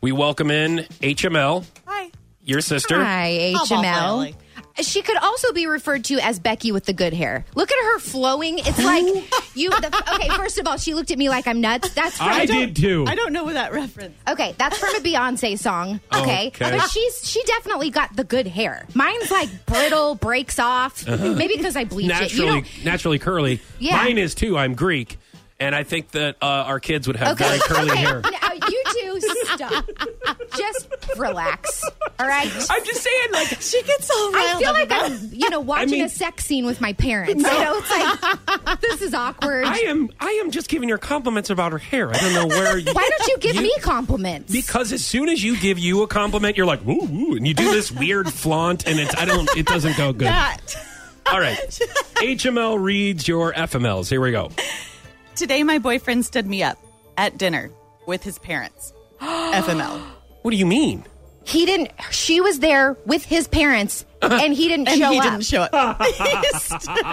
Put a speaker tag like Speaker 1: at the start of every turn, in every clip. Speaker 1: We welcome in HML,
Speaker 2: Hi.
Speaker 1: your sister.
Speaker 3: Hi,
Speaker 2: How about
Speaker 3: HML.
Speaker 2: Miley?
Speaker 3: She could also be referred to as Becky with the good hair. Look at her flowing. It's like you. The, okay, first of all, she looked at me like I'm nuts. That's from,
Speaker 4: I did too.
Speaker 2: I don't know that reference.
Speaker 3: okay. That's from a Beyonce song. Okay,
Speaker 1: Okay.
Speaker 3: but she's she definitely got the good hair. Mine's like brittle, breaks off.
Speaker 1: Uh-huh.
Speaker 3: Maybe because I bleached it. You
Speaker 1: Naturally,
Speaker 3: don't.
Speaker 1: naturally curly.
Speaker 3: Yeah.
Speaker 1: Mine is too. I'm Greek, and I think that uh, our kids would have
Speaker 3: Okay.
Speaker 1: very curly
Speaker 3: okay.
Speaker 1: hair.
Speaker 3: Now you two stop. Just relax. All right.
Speaker 4: I'm just saying, like,
Speaker 2: She gets all
Speaker 3: I
Speaker 2: riled
Speaker 3: feel
Speaker 2: up
Speaker 3: like
Speaker 2: about-
Speaker 3: I'm, you know, watching
Speaker 1: mean-
Speaker 3: a sex scene with my parents. You know, it's like this is awkward.
Speaker 1: I am. I am just giving her compliments about her hair. I don't know where. You,
Speaker 3: Why don't you give
Speaker 1: You-
Speaker 3: me compliments?
Speaker 1: Because as soon as you give you a compliment, you're like woo woo, and you do this weird flaunt, and it's I don't. It doesn't go good.
Speaker 2: that.
Speaker 1: All right. HML reads your FMLs. Here we go.
Speaker 2: Today, my boyfriend stood me up at dinner with his parents. FML.
Speaker 1: What do you mean?
Speaker 3: he didn't. She was there with his parents, and he didn't
Speaker 2: And
Speaker 3: show
Speaker 2: he
Speaker 3: up.
Speaker 2: didn't show up. Ah.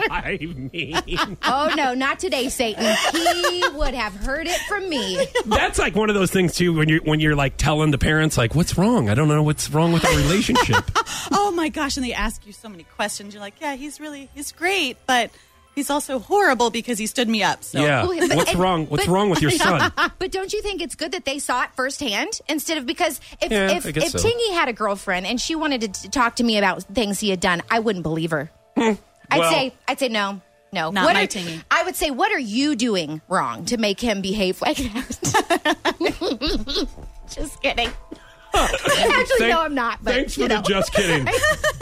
Speaker 1: I mean,
Speaker 3: oh no, not today, Satan. He would have heard it from me.
Speaker 1: that's like one of those things too. When you're when you're like telling the parents, like, "What's wrong? I don't know what's wrong with our relationship."
Speaker 2: oh my gosh. And they ask you so many questions. You're like, yeah, he's really, he's great, but he's also horrible because he stood me up. So
Speaker 1: yeah,
Speaker 3: But-
Speaker 1: Oh, what's
Speaker 3: and-
Speaker 1: wrong? What's
Speaker 3: but-
Speaker 1: wrong with your son?
Speaker 3: But don't you think it's good that they saw it firsthand instead of because if
Speaker 1: Yeah,
Speaker 3: if,
Speaker 1: I
Speaker 3: if
Speaker 1: guess so.
Speaker 3: Tingy had a girlfriend and she wanted to t- talk to me about things he had done, I wouldn't believe her.
Speaker 1: Hmm. Well-
Speaker 3: I'd say I'd say no. No,
Speaker 2: Not
Speaker 3: what
Speaker 2: my
Speaker 3: are,
Speaker 2: Tingy.
Speaker 3: I would say, what are you doing wrong to make him behave like that? Just kidding. Actually,
Speaker 1: Thank-
Speaker 3: no, I'm not. But
Speaker 1: Thanks for
Speaker 3: you
Speaker 1: the
Speaker 3: know.
Speaker 1: just kidding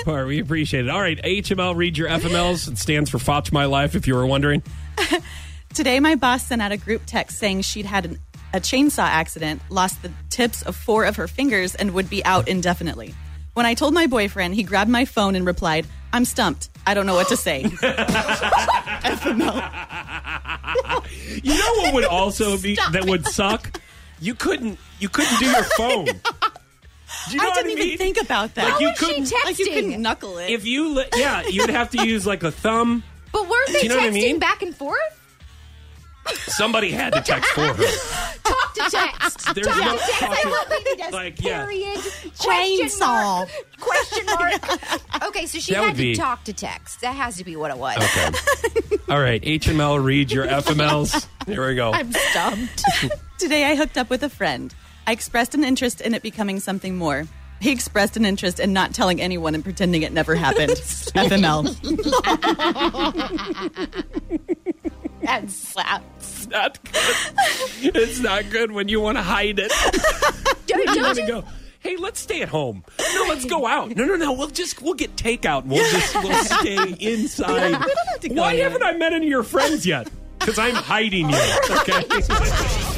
Speaker 1: part. We appreciate it. All right, HML read your FMLs. It stands for Fotch My Life, if you were wondering.
Speaker 2: Today, my boss sent out a group text saying she'd had an, a chainsaw accident, lost the tips of four of her fingers, and would be out indefinitely. When I told my boyfriend, he grabbed my phone and replied, I'm stumped. I don't know what to say. FML.
Speaker 1: You know what would also be that would suck? You couldn't you couldn't do your phone. Do you know
Speaker 2: I
Speaker 1: what
Speaker 2: didn't even
Speaker 1: mean?
Speaker 2: think about that.
Speaker 1: Like, you
Speaker 3: was she
Speaker 1: couldn't-
Speaker 3: texting?
Speaker 2: Like, you couldn't knuckle it.
Speaker 1: If you li- yeah, you'd have to use like a thumb.
Speaker 3: but weren't they
Speaker 1: Do you know
Speaker 3: texting
Speaker 1: what I mean?
Speaker 3: back and forth?
Speaker 1: Somebody had to text for her.
Speaker 3: Talk to text.
Speaker 1: There's
Speaker 3: talk
Speaker 1: no
Speaker 3: to text.
Speaker 1: talk
Speaker 3: I
Speaker 1: to-
Speaker 3: won't leave you this.
Speaker 1: Like, yeah.
Speaker 3: period. Question mark. Question mark. okay, so she
Speaker 1: That would
Speaker 3: had to
Speaker 1: be-
Speaker 3: talk to text. That has to be what it was.
Speaker 1: Okay. All right, HML read your FMLs. Here we go.
Speaker 2: stumped. Today, I hooked up with a friend. I expressed an interest in it becoming something more. He expressed an interest in not telling anyone and pretending it never happened. FML.
Speaker 3: That
Speaker 1: It's
Speaker 3: slaps.
Speaker 1: not good. It's not good when you want to hide it.
Speaker 3: Don't,
Speaker 1: You
Speaker 3: don't
Speaker 1: want to
Speaker 3: you?
Speaker 1: go. Hey, let's stay at home. No, let's go out. No, no, no. We'll just we'll get takeout. and We'll just we'll stay inside.
Speaker 2: to go
Speaker 1: Why
Speaker 2: yet.
Speaker 1: haven't I met any of your friends yet? Because I'm hiding you. Okay.